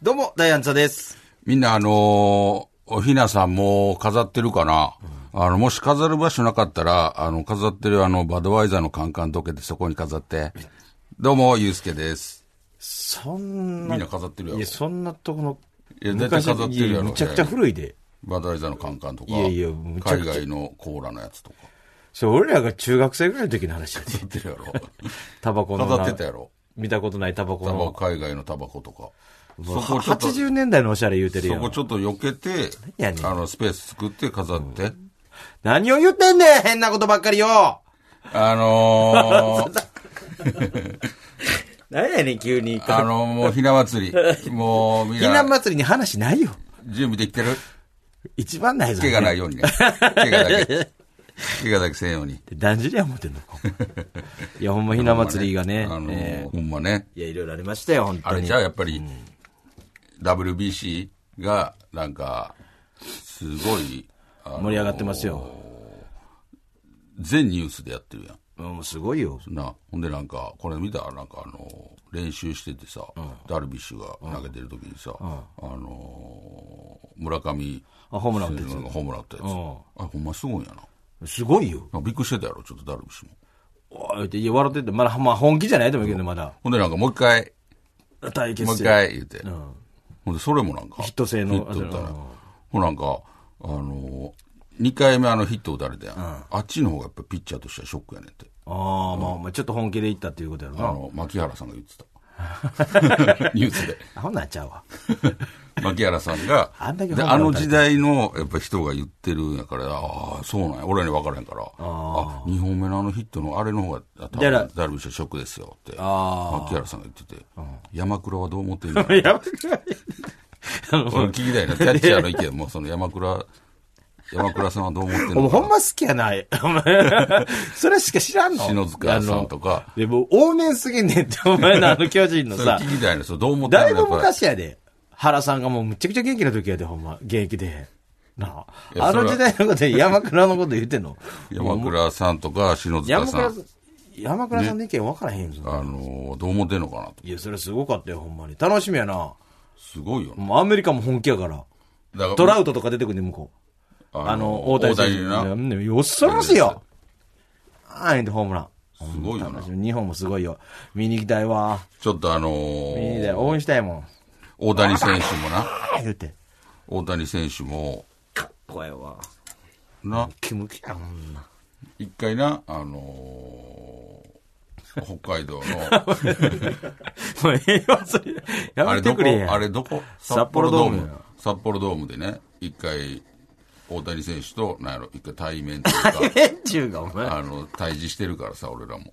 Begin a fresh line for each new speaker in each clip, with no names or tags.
どうも、ダイアンツァです。
みんなあのーおひなさんもう飾ってるかな、あの、もし飾る場所なかったら、あの、飾ってるあの、バドワイザーのカンカンどけてそこに飾って。どうも、ゆうすけです。
そんな。
みんな飾ってるやろ
いや、そんなとこの。
いや絶対飾ってるやろ
いむちゃくちゃ古いで。
バドワイザーのカンカンとか、
いやいやむちゃく
海
ちゃ
外のコーラのやつとか、
それ俺らが中学生ぐらいの時の話だで。
飾ってるやろ。
タバコのな。
飾ってたやろ。
見たことないタバコ
タバコ、
の。
海外のタバコとか。そこ
は
ちょっと、そ
80年代のおしゃれ言うてるや
こ
ん
ち。ょっと避けて
何や、ねん
あの、スペース作って飾って。
何を言ってんねん変なことばっかりよ
あ のー、
何やねん、急に。
あのもうひな祭り。もう、みん
ひな
な、
祭りに話ないよ。
準備できてる
一番ないぞ。
怪我ない
よ。
ようにね。怪我だけ。怪我だけせんように。
だんじりや思って んのここいや、ほんまひな祭りがね。
あの
え
ー、ほんまね。
ーいや、いろいろありましたよ、本
あ
当
れ
に。
じゃあやっぱり、WBC が、なんか、すごい、あの
盛り上がってますよ。
全ニュースでやってるやん。
うん、すごいよ。
な、ほんでなんか、これ見たなんかあのー、練習しててさ、ダルビッシュが投げてる時にさ、あのー、村上、
あホームラン打ったやつ
ホームラン打ったやつ。あ、
う
ほんますごいんやな。
すごいよ。
なんかびっくりしてたやろ、ちょっとダルビッシュも。
おいって、いや、笑ってて、まだ、まあ、本気じゃないと思うけどね、まだ。
ほんでなんかもう一回、
対決
もう
し
一
て。
回言って。
うん。
ほんで、それもなんか。
ヒット性の
ヒット打った
あ
ら。
の
ほんなんか、あのー、2回目あのヒット打たれたやん。あっちの方がやっぱピッチャーとしてはショックやねんって。
ああ、まあ、まあ、ちょっと本気でいったっていうことやろ
あ
な。
の、牧原さんが言ってた。 ニュースで。
あほんなんちゃうわ。
牧原さんが、
あんだけ
で
ホームラ
あ
ン打
の
たれ
時代のやっぱ人が言ってるんやから、ああ、そうなんや。俺らに分からへんから、あ二2本目のあのヒットのあれの方が、あ多
だから
分ダルビッシュはショックですよって、
あ
牧原さんが言ってて、山倉はどう思ってんの
やばくないあの
俺聞きたいな、キャッチャーの意見 も、その山倉、山倉さんはどう思ってる
お前
の
ほん
か
ま好きやない。 お前それしか知らんの
篠塚さんとか
あのでも、往年すぎんねんって、 お前のあの巨人の
な。それ
さ。
聞きたいな、それどう思ってるの
だ
か
いぶ
やっぱ
昔やで。原さんがもうむちゃくちゃ元気な時やで、ほんま。現役で。な
や
あ。あ
それは
の時代のこ とで山倉のこと言ってんの。
り山倉さんとか篠塚
山
さ
倉
ん、、
山倉さんの意見分からへんぞ。
あのー、どう思ってるのかなと。
いや、それすごかったよ、ほんまに。楽しみやな。
すごいよな。
もうアメリカも本気やから。
だから
トラウトとか出てくるね、向こう。あの、大谷選手。
な。
ね恐ろしいよ。あーんでホームラン。
すごいよな。
日本もすごいよ。見に行きたいわ。
ちょっとあの
見に行きたい。
ー、
応援したいもん。
大谷選手もな、
あー言って。
大谷選手も、
怖いわ。
な、
キムキやもんな。
一回な、あのー、北海道の、
もうええわ、それ。や
あ
め
れ
て
ど
く
こ
れや。
あれどこ
札幌ドームや
札幌ドームでね、一回、大谷選手と、なんやろ、一回対面という か、
えっちゅうが、お前。
あの、対峙してるからさ、俺らも。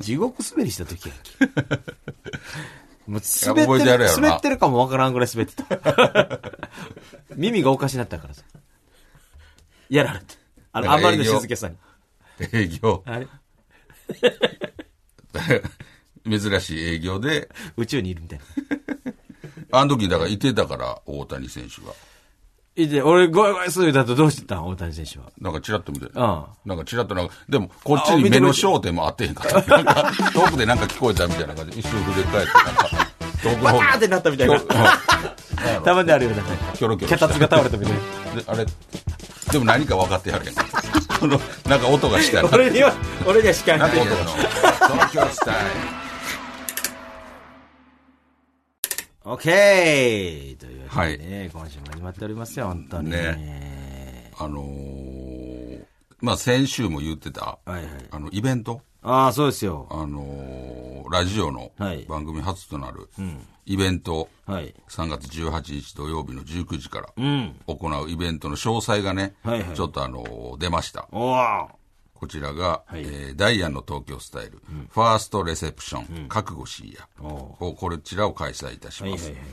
地獄滑りした時やんけ。 もう
いや覚え
滑って
てやる
る
やろな
滑ってるかもわからんぐらい滑ってた。 耳がおかしになったからさ。やられて。あの、
な
あ
ん
ん
か
ま
営
り
業
の静けさに。
営業、
あれ
珍しい営業で、
宇宙にいるみたいな。
あの時だからいてたから、大谷選手が。
いて、俺、ごいごいするだとどうしてたん大谷選手は。
なんかチラッと見て、
う
なんかチラッとなんか、でもこっち
あ
に
見て見て
目の焦点も合ってへんから、なんか遠くでなんか聞こえたみたいな感じで、一瞬振り返って、なんか、遠くの
バ
方
ターってなったみたいな。
うん
たまにあるよね。
キョロキョロ
脚
した
立が倒れたみたいな。
であれ、でも何か分かって やるやん。その、なんか音がしたら、
俺には、俺にはしか
な
なんい
て。言うの東京スタイ
オッケーというわけでね、
は
今週も始まっておりますよ、本当に。ね、
ル。あのー、まあ先週も言ってた、
はいはい
あの、イベント、
ああ、そうですよ。
あのー、ラジオの
はい
番組初となる、イベント、
はい。
3月18日土曜日の19時から
うん。
行うイベントの詳細がね、
はいはい
ちょっとあの出ました。
おお。
こちらが、
はい
えーダイアンの東京スタイル、ファーストレセプション、覚悟しいや、をこちらを開催いたします。
はいはいはい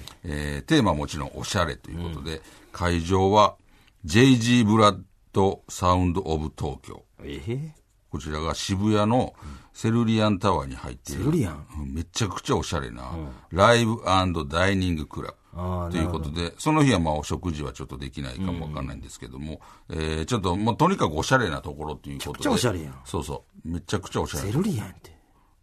えーテーマはもちろんおしゃれということで、会場は JG ブラッドサウンドオブ東京。
ええ
こちらが渋谷のセルリアンタワーに入っている。
セルリアン
うんめちゃくちゃおしゃれな、ライブダイニングクラブ。
あー
ということで、その日はまあお食事はちょっとできないかもわかんないんですけども、えーちょっともうとにかくおしゃれなところということで。
めちゃくちゃおしゃれやん
そうそう。めちゃくちゃおしゃれ
セ。ルリアンって。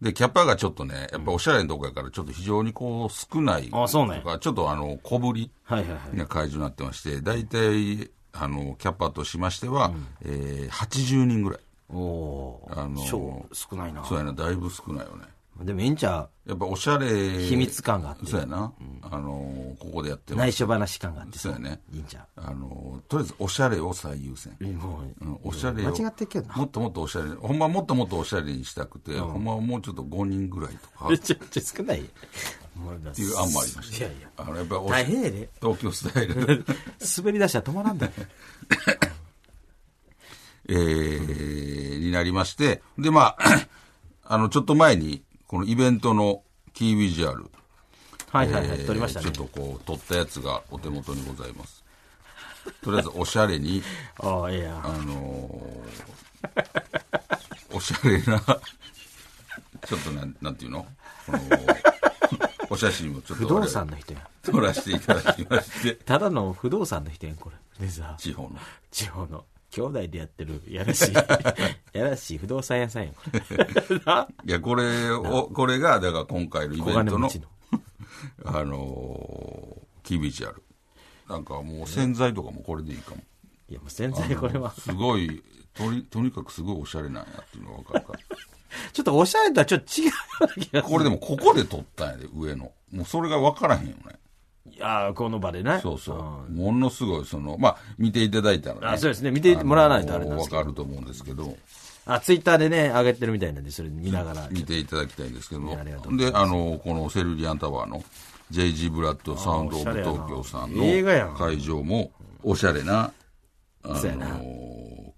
で、キャパがちょっとね、やっぱおしゃれなとこやから、ちょっと非常にこう少ない。
あそうなんや
とかちょっとあの、小ぶり。
はいはいはい。
な会場になってまして、大体、あの、キャパとしましては、えー80人ぐらい。
おおー。
あのー
少少ないな。
そうやな、だいぶ少ないよね。
でも、ええんちゃ
やっぱおしゃれ。
う秘密感があって、
そうやな。あの、ここでやってま
内
す。
緒話感があって、
そうやね。
いいんちゃ
あの、とりあえずおしゃれを最優先。
う。も
う
う、
んおしゃれを
間違ってっけどな
もっともっとおしゃれほんまはもっともっとおしゃれにしたくて、ほんまはもうちょっと5人ぐらいとかっ
めちゃくちゃ少ない。もうだって
いう案もありました
いやいや。
あのやっぱりおし
大変やで。
東京スタイル
滑り出したら止まらんだよ。
えーになりましてでまあ あのちょっと前にこのイベントのキービジュアル
はいはいはい。
えー
撮りましたね。
ちょっとこう撮ったやつがお手元にございますとりあえずおしゃれに
ああ、いや。
あのーおしゃれなちょっとなんなんていうのこのお写真をちょっと
不動産の人や。
撮らせていただきまして
ただの不動産の人やん、これ。でさ、
地方の
地方の。兄弟でやってる、や らしい、やらしい不動産屋さんやん、これ。
いやこれをこれがだから今回のイ
小
ベン
金
ト
持
の
ちの。
あのー、キービジュアルなんかもう洗剤とかもこれでいいかも
いや、もう全然これは。
すごいとにとにかくすごいおしゃれなんやっていうのが分かるから
ちょっとおしゃれとはちょっと違うような気がする。
これでもここで撮ったんやで、上の。もうそれが分からへんよね。
いやーこの場でね。
そうそう。ものすごい、その、まあ、見ていただいたらね。
あそうですね見てもらわないとあれなんで
分
すけど
かると思うんですけど、
あ、ツイッターでね、上げてるみたいなんで、それ見ながら。
見ていただきたいんですけども
ありがとう。
で、あの、このセルリアンタワーの JG ブラッドサウンドオブ東京さん
あーおしゃれやな映画や
の
ん
会場も、おしゃれな、あ
そうやな
の、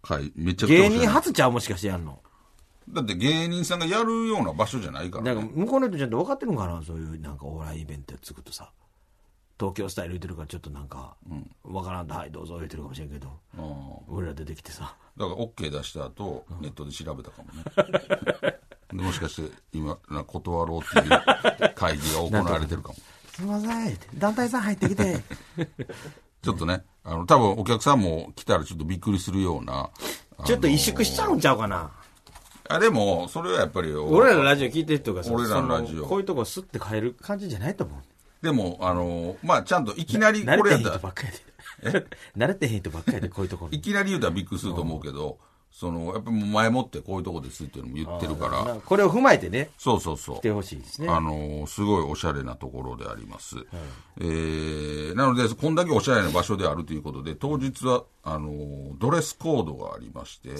会めちゃくちゃおしゃれ
芸人
な
初ちゃうもしかしてやんの。
だって芸人さんがやるような場所じゃないか
な
ら
んか、
ね。
向こうの人ちゃんと分かってるんかなそういう、なんか、お笑いイベントやつくとさ。東京スタイル言ってるから、ちょっとなんか、分からんと、はい、どうぞ言ってるかもしれんけど、
うん
俺ら出てきてさ。
だから OK 出した後、ネットで調べたかもね。 でもしかして今、な断ろうっていう会議が行われてるかも。
すいません、団体さん入ってきて。
ちょっとね、あの、多分お客さんも来たらちょっとびっくりするような。あ
ちょっと萎縮しちゃうんちゃうかな。
あ、でも、それはやっぱり、
俺らのラジオ聞いてる人がさ、
俺らのラジオ
そこういうとこスッて変える感じじゃないと思う。
でも、あの、まあ、ちゃんといきなり
慣
こ
れ
れ
て
や
へん
った
人
ら、
ばっかりで。 慣れてへん人ばっかりで、こういうところに
い。きなり言うたらびっくりすると思うけど、その、やっぱもう前もってこういうとこですっていうのも言ってるか
な
ら、
これを踏まえてね、
そうそうそう。
来てほしいですね。
あのすごいおしゃれなところであります、えーなのでこんだけおしゃれな場所であるということで当日はあのドレスコードがありま して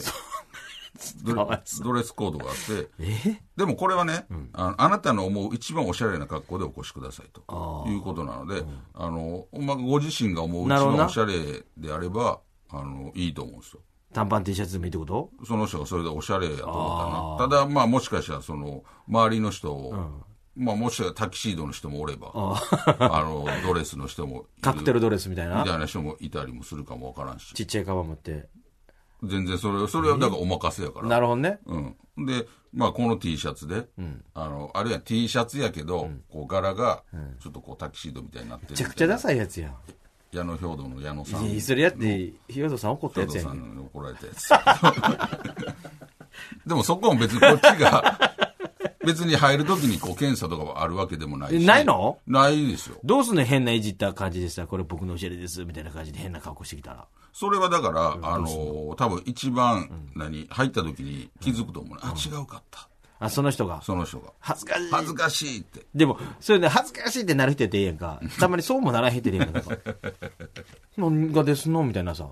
ドレ
かわいそ
ドレスコードがあってでもこれはね、あのあなたの思う一番おしゃれな格好でお越しくださいということなので、あのほんまご自身が思う一
なるほどな
番おしゃれであればあのいいと思うんですよ
短パン T シャツでもいいってこと
その人がそれでおしゃれやと思ったな。ただ、まあもしかしたらその、周りの人を、まあもしかしたらタキシードの人もおれば、あの、ドレスの人もいる、
カクテルドレスみたい
み
な。
たいな人もいたりもするかもわからんし、
ちっちゃいカバン持って。
全然それ、それはだからお任せやから。
なるほどね。
うん。で、まあこの T シャツで、あの、あるいは T シャツやけど、こう柄が、ちょっとこうタキシードみたいになってる
め
み
ち
た
ゃ
いな。
くちゃダサいやつやん。
矢野兵道の矢野さん。
いやそれやって、ひよどさん怒ったやつや
さ
んけ。
んに怒られたやつ。 でもそこも別にこっち が、別に入るときにこう検査とかはあるわけでもないし。
えないの
ないですよ。
どうすんの変ないじった感じでさ、これ僕のおしゃれです、みたいな感じで変な格好してきたら。
それはだから、あのー、多分一番、何、入ったときに気づくと思うね。あ、違うかった。
あ、その人が。
その人が。
恥ずかしい。
恥ずかしいって。
でも、それで恥ずかしいってなる人やってええやんか。たまにそうもならへんってええやんか。 なんか何がですのみたいなさ。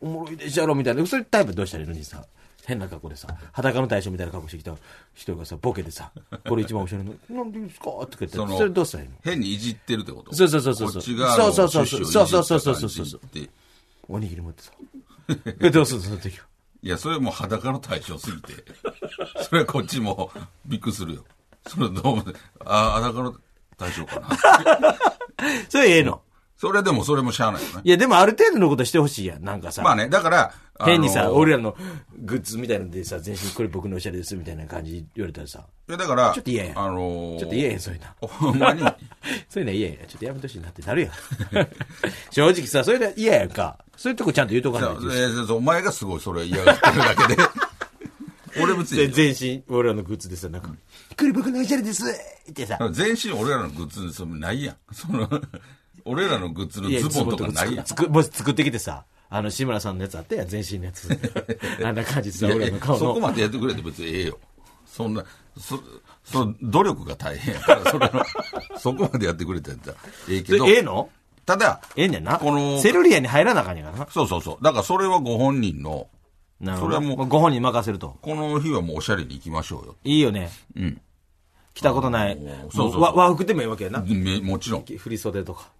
おもろいでしょやろみたいな。そういうタイプどうしたらいいのにさ。変な格好でさ、裸の大将みたいな格好してきた人がさ、ボケてさ、これ一番後ろの、なんでですかって言って、
その
それどうしたらいいの
変にいじってるってこと
そうそうそうそう
こっちがあの、
そうそうそうそ
趣
う
旨をいじった感じ
そうそうそうそうそうそう
って
おにぎり持ってさ。でどうするのその時は。
いや、それもう裸の対象すぎて。 それはこっちもびっくりするよ。それどうも、ああ、裸の対象かな。
それええの。
それでもそれもしゃあないよね。
いや、でもある程度のことしてほしいやん。なんかさ。
まあね、だから、あの
変にさ、俺らのグッズみたいなのでさ、全身これ僕のおしゃれですみたいな感じ言われたらさ、
いやだから、
ちょっと嫌や
あのー
ちょっと嫌やん、そういうの。
ほ んまに、
そういうの嫌やん。ちょっとやめてほしいなってなる やん。正直さ、それで嫌やんか。そういうとこちゃんと言うとか
じ
な
ゃあ
いと。
えーお前がすごいそれ嫌がってるだけで。 俺別
で
に、
全身、俺らのグッズでさ、なんか、これ僕のおしゃれですってさ、
全身俺らのグッズそのないやん。その、俺らのグッズの
いや
ズボンとかないやん。
ズボンとか作作もし作ってきてさ、あの、志村さんのやつあったやん、全身の やつ。あんな感じでさ、
いや
俺
い
らの
や
顔の。
そこまでやってくれて別にええよ。そんな、そ、そ、努力が大変やから、 それはそこまでやってくれてたらええけど。
でええの
ただ、
ええんやな。
この
セルリアに入らなあかんやからな。
そうそうそう。だからそれはご本人の、
なる
そ
ほ
れは
ど。
もう
まあご本人に任せると。
この日はもうおしゃれに行きましょうよ。
いいよね。
うん。
着たことない。
あのーそうそうそう
もうわ和服でもいいわけやな。
めもちろん。だか
振り袖とか。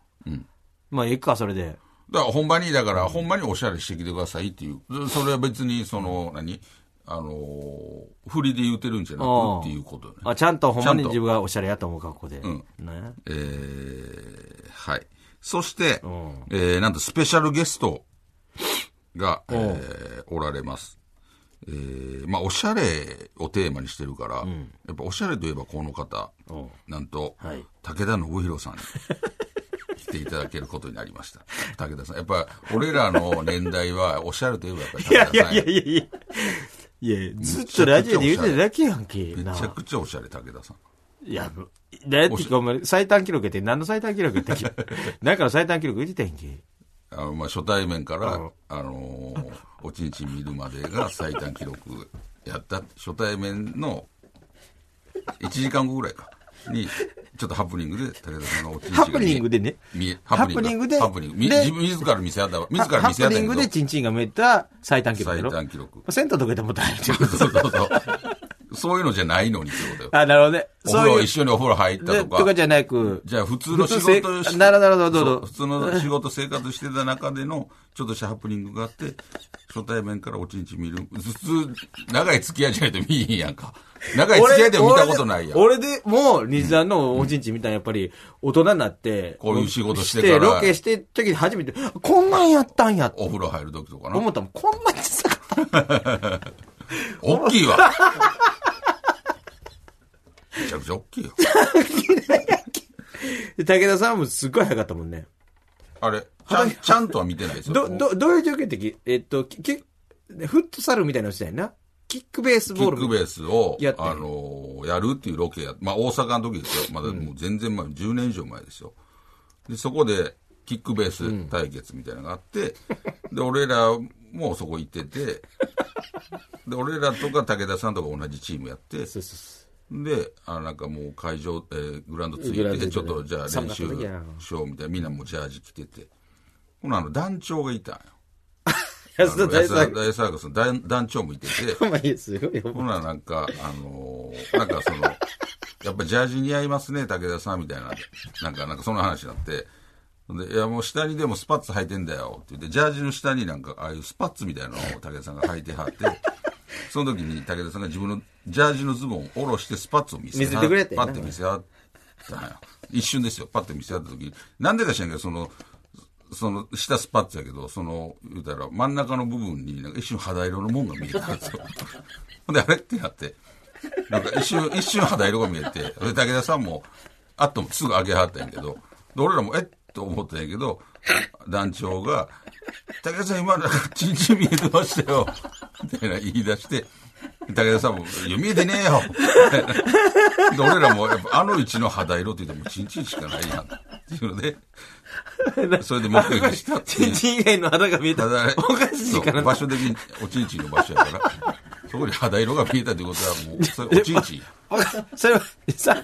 まあ、ええか、それで。
らほんまに、だからほんまにおしゃれしてきてくださいっていう。そそれは別に、その、何あのー振りで言うてるんじゃなくっていうことよね。
あ、ちゃんとほんまに
ちゃんと
自分がおしゃれやと思う格好で。
ん
ね。
えーはい。そして、
ん
えーなんとスペシャルゲストが、えーおられます。えーまあ、おしゃれをテーマにしてるから、やっぱおしゃれといえばこの方、なんと、
はい
武田信弘 さんに来ていただけることになりました。武田さん。やっぱ、俺らの年代は、おしゃれと いえばやっぱり
い
武田
や
さん
いやいやいやいや。いや、ずっとラジオで言ってただけやんけ。
め
な
ちゃくちゃおしゃれ、武田さん。
いや、だってかお前、最短記録やって、何の最短記録 やったっけだから最短記録言ってたやんけ。
あのまあ初対面から、
うん
あのーおちんちん見るまでが最短記録やった初対面の1時間後ぐらいかにちょっとハプニングで武田さんのおちんちんが
ハプニングでね
見え
ハプニングで
ハプニングみ
で
自分自ら見せ合った自ら
ハ
見せ合
プ
ったん
ニン
や
グ
け
で
ど
チンチンがめった最短記録やろ。
最短記録
銭湯とか行ったらもっと入ってる
そうそうそうそういうのじゃないのにってことよ
あ、なるほどね。
お風
そう
呂
いう
一。緒にお風呂入った
で
と
と
か
かじゃなく、
じゃあ普通の仕
普
事
通
を
せ
して
なるほどなるほどどうぞ
そう普通の仕事生活してた中でのちょっとしたハプニングがあって初対面からおちんちん見る普通長い付き合いじゃないと見えへんやんか長い付き合いでも見たことないやん
俺で俺でも、西田のおちんちんみたいな、やっぱり、大人になって、
こういう仕事してから
ロケしてる時に初めて、こんなんやったんや、
お風呂入る時とかな
思ったもん。こんな小さかっ
大きいわ めちゃくちゃ大きいよ
た。で武田さんもすっごい早かったもんね。
あれちゃんちゃんとは見てないですよ
ど、ど、どういう状況的えっと、キキフットサルみたいなのしたいな。キックベース
キ
ボー
ッ
ル。
クベースを
やってる
あのやるっていうロケやまあ大阪の時ですよまだもう全然前、10年以上前ですよでそこでキックベース対決みたいなのがあって、で俺らもそこ行っててで俺らとか武田さんとか同じチームやって
そうそうそう
であなんかもう会場、えーグラウンドつ
グラウ
い
ン
て
ドで
ちょっとじゃあ練習
寒かった時やな
しようみたいなみんなもうジャージ着ててほなあの団長がいたんよあの安田
安田大作。
大サーカスの団団長もいてて
ほんまにすごいよ。
ほな、なんか、あのーなんかその、やっぱジャージ似合いますね、武田さん、みたいな。なんか、なんかその話になって、で、いや、もう下にでもスパッツ履いてんだよ、って言って、ジャージの下になんか、ああいうスパッツみたいなのを武田さんが履いてはって、 その時に武田さんが自分のジャージのズボンを下ろしてスパッツを見せ
見せてくれて
パッて見せ合ったんよ。一瞬ですよ、パッて見せ合った時に、なんでか知らんけど、その、その、下スパッツやけど、その、言うたら、真ん中の部分に、なんか一瞬肌色のもんが見えたん ですよ。ほんで、あれってなって、なんか一瞬、一瞬肌色が見えて、で、武田さんも、あっとすぐ上げはったんやけど、で、俺らも、えっと思ったんやけど、団長が、武田さん今、なんか、ちんちん見えてましたよ。みたいな言い出して、武田さんも、いや、見えてねえよ。で、俺らも、やっぱ、あの位置の肌色って言っても、ちんちんしかないやん。っていうので、それで目撃したってい
チ
う
ン。チン以外の肌が見えた。
ただ
おかしい
そう
からな
場。所的におちんちんの場所やから、そこに肌色が見えたということは、もう、それおちんちん。
わかそれは、さ、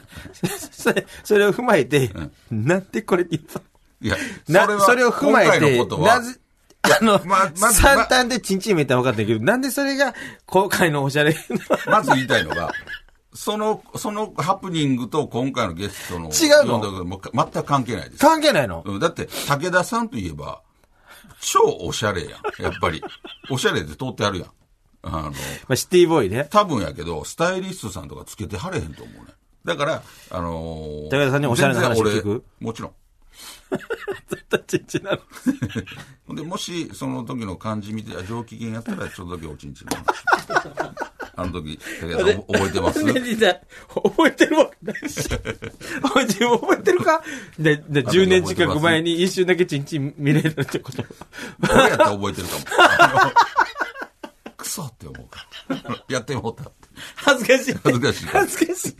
それ、それを踏まえて、なんでこれって言ったの
いや、
な、それを踏まえ
今回
て
のこと、は
な、ぜ、あの、
ままず
三端でチンチン見えたら分かったけど、なんでそれが、今回のおしゃれの、
まず言いたいのが、 その、そのハプニングと今回のゲストの、
違う
呼
の
んだこともか全く関係ないです。
関係ないの
うんだって、武田さんといえば、超おしゃれやん。やっぱり。おしゃれで通ってあるやん。あの、
まあ、シティボーイね。
多分やけど、スタイリストさんとかつけてはれへんと思うね。だから、あのー、
高田さんにおしゃれな話
全然
聞く
俺もちろん。
絶対ちんちんなの。
ほ んで、もし、その時の漢字見て、あ上機嫌やったら、ちょっとだけおちんちんの話。 あの時、武田さんお覚えてます
ねえねえ覚えてるわけないし。お前自分覚えてるかで、で、10年近く前に一瞬だけチンチン見れるってこと。
俺やったら覚えてるかも。 あのクソって思うから。 やってもうたって。
恥ずかしい。
恥ずかしい
恥ずかしい。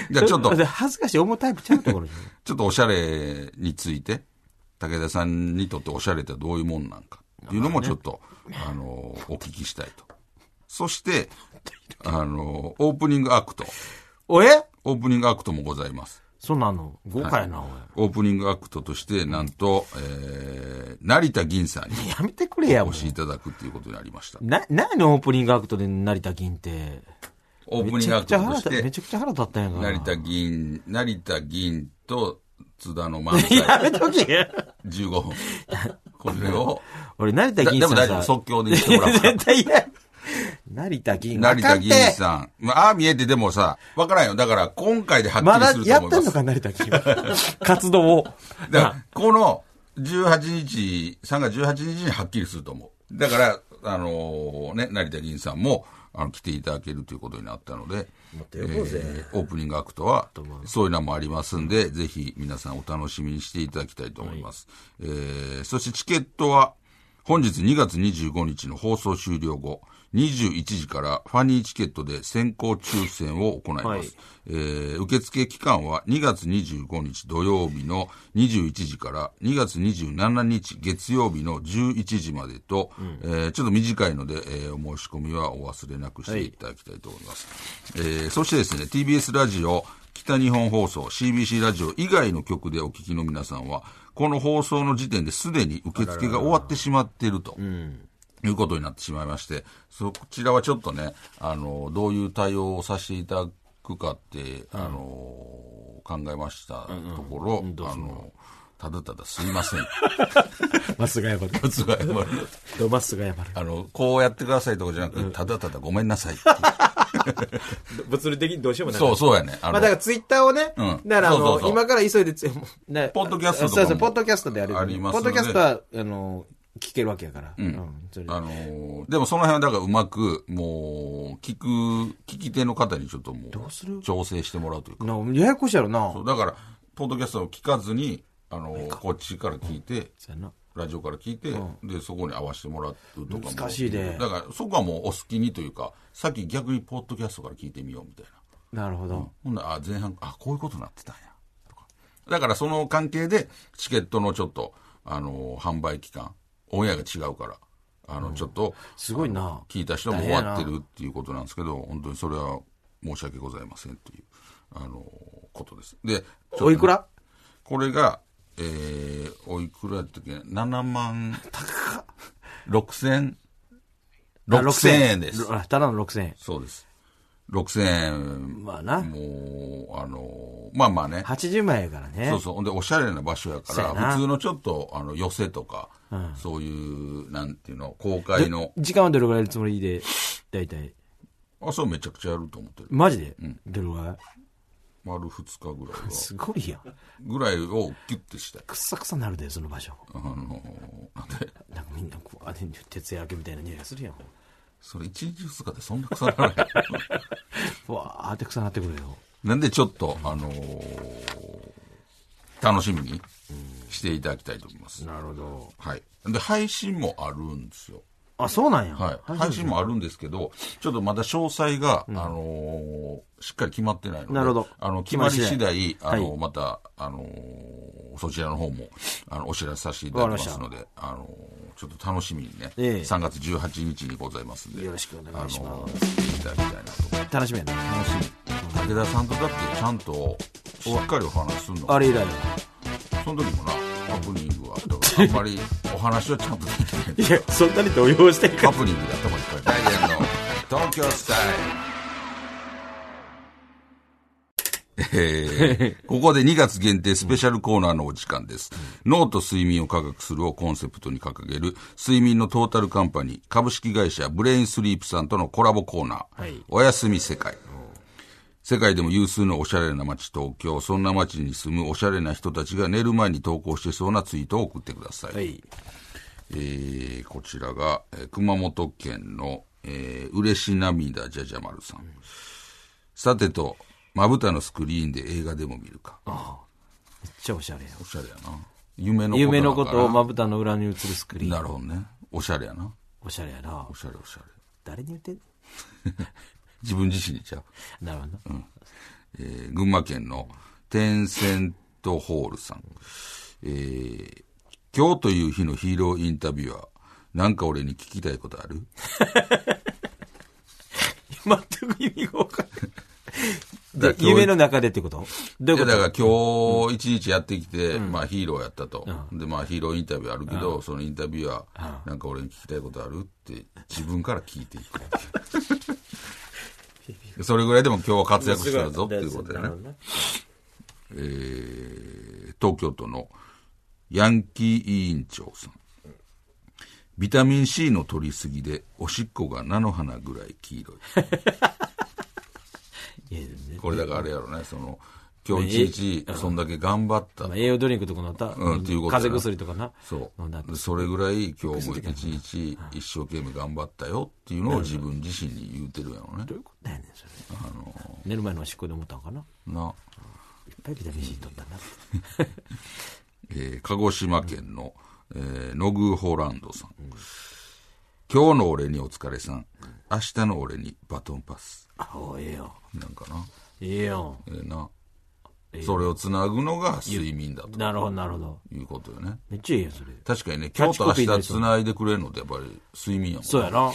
じゃあちょっと、ち
で恥ずかしい思うタイプちゃうところ
ょっとおしゃれについて、武田さんにとっておしゃれってどういうもんなんかっていうのもちょっ と、あの、お聞きしたいと。そして、あの、オープニングアクト。
おえ
オープニングアクトもございます。
そんなの、豪華やな、おい。
オープニングアクトとして、なんと、えー、成田銀さんに
やめてくれや、
お
もう
越しいただくっていうことになりました。
な、なにオープニングアクトで成田銀って。
オープ
め
ニン
ち
グ
ゃ
ア
く
ク
ちゃ
ト
腹
と
立
し
った、
て、
めちゃくちゃ腹立ったんやんから。
成田銀、成田銀と津田の漫
や
才
め とけ
15分。これを、
俺、成田
だ
銀
で
さ
も
んさ。
大丈夫、即興で言 ってもらおう。
絶対嫌や。成田銀。
成田銀
わかって
さん。まあ、ああ見えてでもさ、わからんよ。だから、今回ではっ
まだ
きりする
や
と思
っ
い
て
ま
ん
す
の。か、成田君。 活動を。
だから、この18日、3月18日にはっきりすると思う。だから、あのね、成田銀さんも、あの、来ていただけるということになったので、
てよこうぜ
えーオープニングアクトは、そういうのもありますんで、ぜひ皆さんお楽しみにしていただきたいと思います。えーそしてチケットは、本日2月25日の放送終了後、21時からファニーチケットで先行抽選を行います。
はい
えー受付期間は2月25日土曜日の21時から2月27日月曜日の11時までと、えーちょっと短いので、えーお申し込みはお忘れなくしていただきたいと思います。えーそしてですね、TBS ラジオ、北日本放送、CBC ラジオ以外の局でお聞きの皆さんは、この放送の時点ですでに受付が終わってしまっていると。いうことになってしまいまして、そちらはちょっとね、あの、どういう対応をさせていただくかって、あの、考えましたところ、あの、ただただすいません。
まっすぐ謝る。
つまり
どまっすぐ謝る。
あの、こうやってくださいとかじゃなくて、ただただごめんなさいって。
物理的にどうしようもない。
そう、そうやね。あ
まあ
の、
だからツイッターをね、
うん
だからあの
そうそうそう
今から急いでつ、ね
ポッドキャストとかも
そうそう、ポッドキャストでやるよね
あります
ポ
の
ッ
で
ドキャストは、あの、聞けるわけやから。うん。それ
あのーでもその辺はだからうまく、もう、聞く、聞き手の方にちょっともう、調整してもらうというか。
なややこしいやろな。
そうだから、ポッドキャストを聞かずに、あのーこっちから聞いて、
そうやな
ラジオから聞いて、で、そこに合わせてもらうとかも。
難しいで
だから、そこはもうお好きにというか、さっき逆にポッドキャストから聞いてみようみたいな。
なるほど。
ほんなら、あ、前半、あ、こういうことになってたんや。とか。だから、その関係で、チケットのちょっと、あのー販売期間、オンエアが違うから、あの、ちょっと、
すごいな。
聞いた人も終わってるっていうことなんですけど、本当にそれは申し訳ございませんという、あのことです。で、
おいくら
これが、えー、おいくらやったっけ ?7 万、六千
あ
六千円です。
ろあただの6000円。
そうです。6000円、
まあな。
もう、あのまあまあね。
80万やからね。
そうそう。ほんで、おしゃれな場所やか
そうやな
ら、普通のちょっと、あの、寄せとか、そういう、なんていうの、公開の、
時間はどれぐらいやるつもりで、だいたい。
あ、そうめちゃくちゃやると思ってる。
マジで、どれぐらい
丸2日ぐらいは。
すごいやん。
ぐらいをギュッてしたい。
くっさくさなるで、その場所。
あのーなんで、
なんかみんなこう、あれ、徹夜明けみたいな匂いがするやん。
それ1日2日でそんな腐らない。
うわーってくさなってくるよ。
なんでちょっと、あのー楽しみにしていただきたいと思います。
なるほど。
はい。で、配信もあるんですよ。
あ、そうなんや。
はい。配信もあるんですけど、ちょっとまだ詳細が、あのーしっかり決まってないので、
なるほど
あの、決まり次第、
は
あ
い
の、また、あのーそちらの方も、あの、お知らせさせていただきますので、あのーちょっと楽しみにね、
ええ
3月18日にございますんで、
よろしくお願いします
あのー来ていただきたいなと思います。
楽しみやな。
楽しみ。武田さんとだって、ちゃんと、しっかりお話しするの。
あれ以来。
その時もな、ハプニングはあったから、あんまりお話はちゃんとできない。
いや、そんなに動揺してる
ハプニングで頭いっぱい。ダイアンの東京スタイル。えーここで2月限定スペシャルコーナーのお時間です。脳と睡眠を科学するをコンセプトに掲げる、睡眠のトータルカンパニー、株式会社ブレインスリープさんとのコラボコーナー、
はい
おやすみ世界。世界でも有数のおしゃれな街東京、そんな街に住むおしゃれな人たちが寝る前に投稿してそうなツイートを送ってください。
はい。
えーこちらが、えー熊本県の、えー、嬉し涙じゃじゃ丸さん。さてと、まぶたのスクリーンで映画でも見るか。
めっちゃおしゃれよ。
おしゃれやな。夢のこと
夢のこ
だから
とをまぶたの裏に映るスクリーン。
なるほどね。おしゃれやな。
おしゃれやな
お。しゃれおしゃれ。
誰に言ってんの
自分自身にちゃう。
なるほどな。
えー群馬県のテンセントホールさん。えー今日という日のヒーローインタビュアー、なんか俺に聞きたいことある
全く意味がわかんない。で夢の中でってことどう
い
いう
や
こ
だ
と
から今日一日やってきて、まあヒーローやったと、でまあヒーローインタビューあるけど、そのインタビュアー、なんか俺に聞きたいことあるって自分から聞いていくそれぐらいでも今日は活躍してるぞっていうことでね、えー東京都のヤンキー委員長さんビタミン C の取りすぎでおしっこが菜の花ぐらい黄色い
いやね
これだからあれやろねその今日一日そんだけ頑張った
まあ栄養ドリンクとかのた、
うんっていうことだ
風邪薬とかな。
そ
飲んだ後
う。それぐらい今日も一日一生懸命頑張ったよっていうのを自分自身に言うてるやろね
どう。いうことやねん、それ。寝る前のおしっこで思ったんかな。
な。
いっぱいビタミン C 取ったんだ。
えー鹿児島県の、えーノグーホランドさん。今日の俺にお疲れさん。明日の俺にバトンパス。
あ、おうええよ。
なんかな。
ええよ。
ええな。それをつなぐのが睡眠だと
なるほど、なるほど。
いうことよね。
めっちゃいいよ、それ。
確かにね、
キャ
今日
ッチ
と
コ
明
ピーになり
日
そう
つないでくれるのってやっぱり睡眠やもんね
そうやな。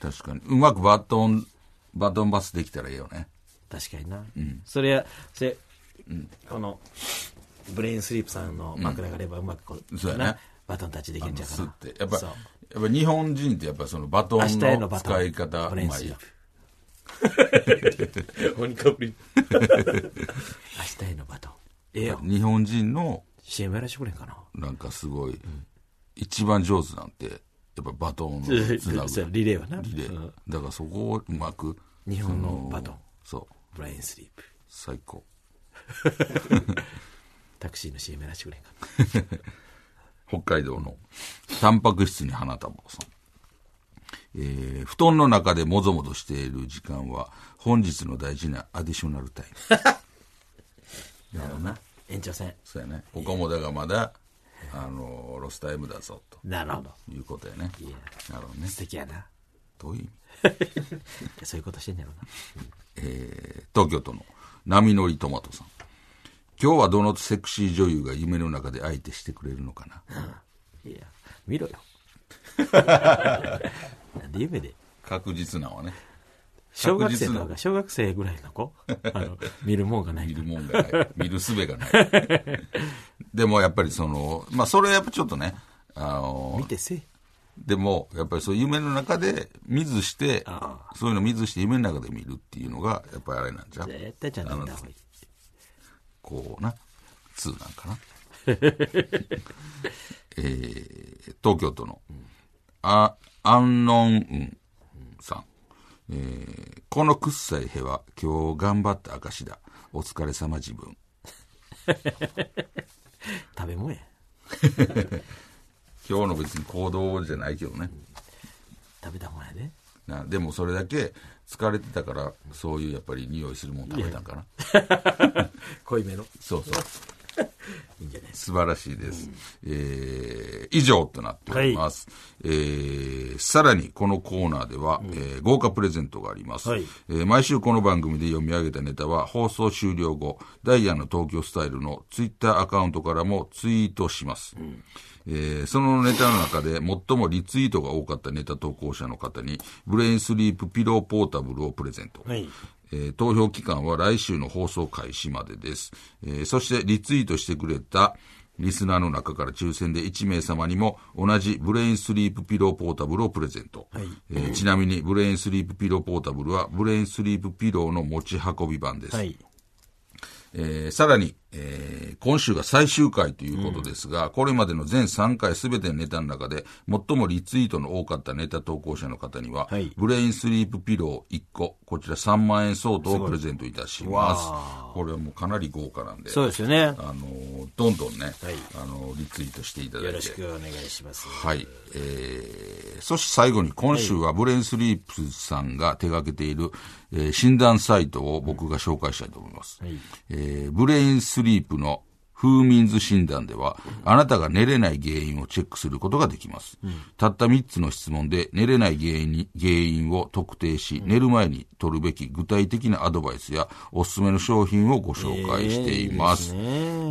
確かに。うまくバトン、バトンパスできたらええよね。
確かにな。それや、それ、この、ブレインスリープさんの枕があればうまくこう、
そうやね
なバトンタッチできるんじゃうか
吸
な
っ。て。やっぱ、
そう
やっぱ日本人ってやっぱそのバト
明
ン
日への
の
バトン。
使い方、うま
ブレインス
い
リー
やん
プ。鬼かぶり。明日へのバトン。ええよ。
日本人の
CM やらしてくれんかな。
なんかすごい、一番上手なんて、やっぱバトンのつな
そう
ぐ
リレーはな。
リレーだからそこをうまく、
日本のバトン。
そのそう、
ブレインスリープ。
最高。
タクシーの CM やらしてくれんかな。
北海道のタンパク質に花束をさん。えー、布団の中でもぞもぞしている時間は本日の大事なアディショナルタイ ム。
なるほどな。延長戦。
そうやね。ここもだがまだ、あの、ロスタイムだぞ、と
なるほど。
いうことやね。なるほどね
素。敵やな。
どういう意味
そういうことしてんやろな。
えー東京都の波乗りトマトさん。今日はどのセクシー女優が夢の中で相手してくれるのかな。
いや、見 ろよ。なんで夢で。
確実なはね。
小学生
確実な
とか、小学生ぐらいの子、あの、見るもんがない
見
か
るもんがない。見るすべがない。でもやっぱりその、まあそれはやっぱちょっとね、あ
ら。見
の、
てせえ。
でもやっぱりそう夢の中で見ずして、そういうの見ずして夢の中で見るっていうのが、やっぱりあれなんじゃう。
絶対ちゃんと見た方がいい。
こうな、2なんかな。 えー東京都の、あ、アンノンウンさん。えーこのくっさいへは今日頑張った証だ。お疲れ様自分。
食べ物や。
今日の別に行動じゃないけどね。
食べたもんやで。
なでもそれだけ疲れてたから、そういうやっぱり匂いするもん食べたんかな。
濃いめの。
そう そう。
いいんじゃないです
素晴らしいです。えー以上となっております。えーさらにこのコーナーでは、えー豪華プレゼントがあります、
はい
えー毎週この番組で読み上げたネタは放送終了後、ダイヤの東京スタイルのツイッターアカウントからもツイートします。えーそのネタの中で最もリツイートが多かったネタ投稿者の方に、ブレインスリープピローポータブルをプレゼント。
か。はい。
えー投票期間は来週の放送開始までです。えーそしてリツイートしてくれたリスナーの中から抽選で1名様にも同じブレインスリープピローポータブルをプレゼント。えーちなみにブレインスリープピローポータブルはブレインスリープピローの持ち運び版です。
はい。
えーさらに、えー今週が最終回ということですが、これまでの全3回すべてのネタの中で、最もリツイートの多かったネタ投稿者の方には、
はい
ブレインスリープピロー1個、こちら3万円相当をプレゼントいたします。これはもうかなり豪華なんで、
そうですよね。
あのーどんどんね、
はい
あのーリツイートしていただ
よ
い
ろ
て
し、くお願いします。
はい。えー、そして最後に今週はブレインスリープさんが手掛けている、えー診断サイトを僕が紹介したいと思います。えーブレインスリープの風眠図診断では、あなたが寝れない原因をチェックすることができます。たった3つの質問で、寝れない原因に原因を特定し、寝る前に取るべき具体的なアドバイスや、おすすめの商品をご紹介しています。え
えーい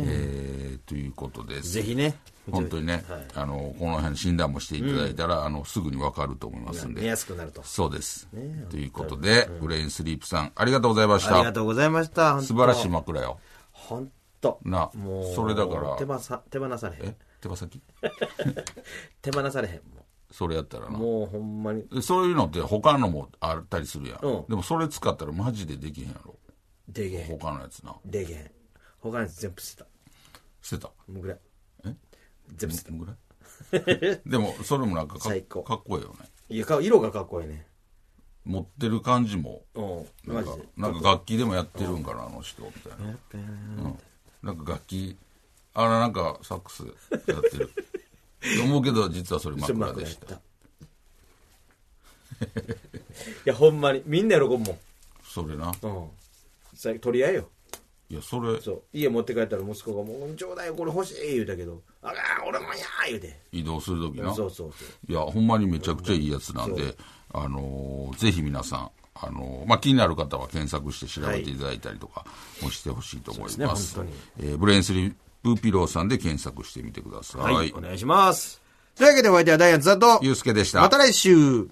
い
ーということです。
ぜひね、
本当にね、あのこの辺診断もしていただいたら、あのすぐに分かると思いますん
寝
で
やすくなると。
そうです、ということで、ブレインスリープさんありがとうございまし
ありが
た
とうございました。
素晴らしい
い。
枕よ
本当。
なそれだから
手放さ、手放されへん
え。手羽先
手放されへん。も
それやったら
う
な
もうほんまに。
でそういうのって他のもあったりするやん、
うん
でもそれ使ったらマジでできへんやろ
でげへん。
他のやつな
でげへん。他のやつ全部捨てた。
捨てた
もうぐらい。
え
全部捨て
どんぐらい でもそれもなんかか
最高
かっこいいよね
た。いや、か色がかっこいいね。
持ってる感じも
うん。
な
マ
ん
ジ
か
で。
なんか楽器でもやってるんかなあの人みたいななんか楽器、あらなんかサックスやって る。と思うけど、実はそれ
ちょっと
枕
まく
で
やっ
した
た。。いや、ほんまに。みんな喜ぶ
それな。
もん。うん。さ取り合えよ。
いや、それ、
そう。家持って帰ったら息子がもう、ちょうだいよ、これ欲しい言うたけど、あかん、俺もやー言うて。
移動するときな。
そうそうそう。
いや、ほんまにめちゃくちゃいいやつなんで、あのーぜひ皆さん、あのーまあ、気になる方は検索して調べていただいたりとかもしてほしいと思います。
そうですね
えーブレインスリープピローさんで検索してみてください。
はい、お願いします。というわけでお相手はダイアンツだと、
ゆうすけでした。
また来週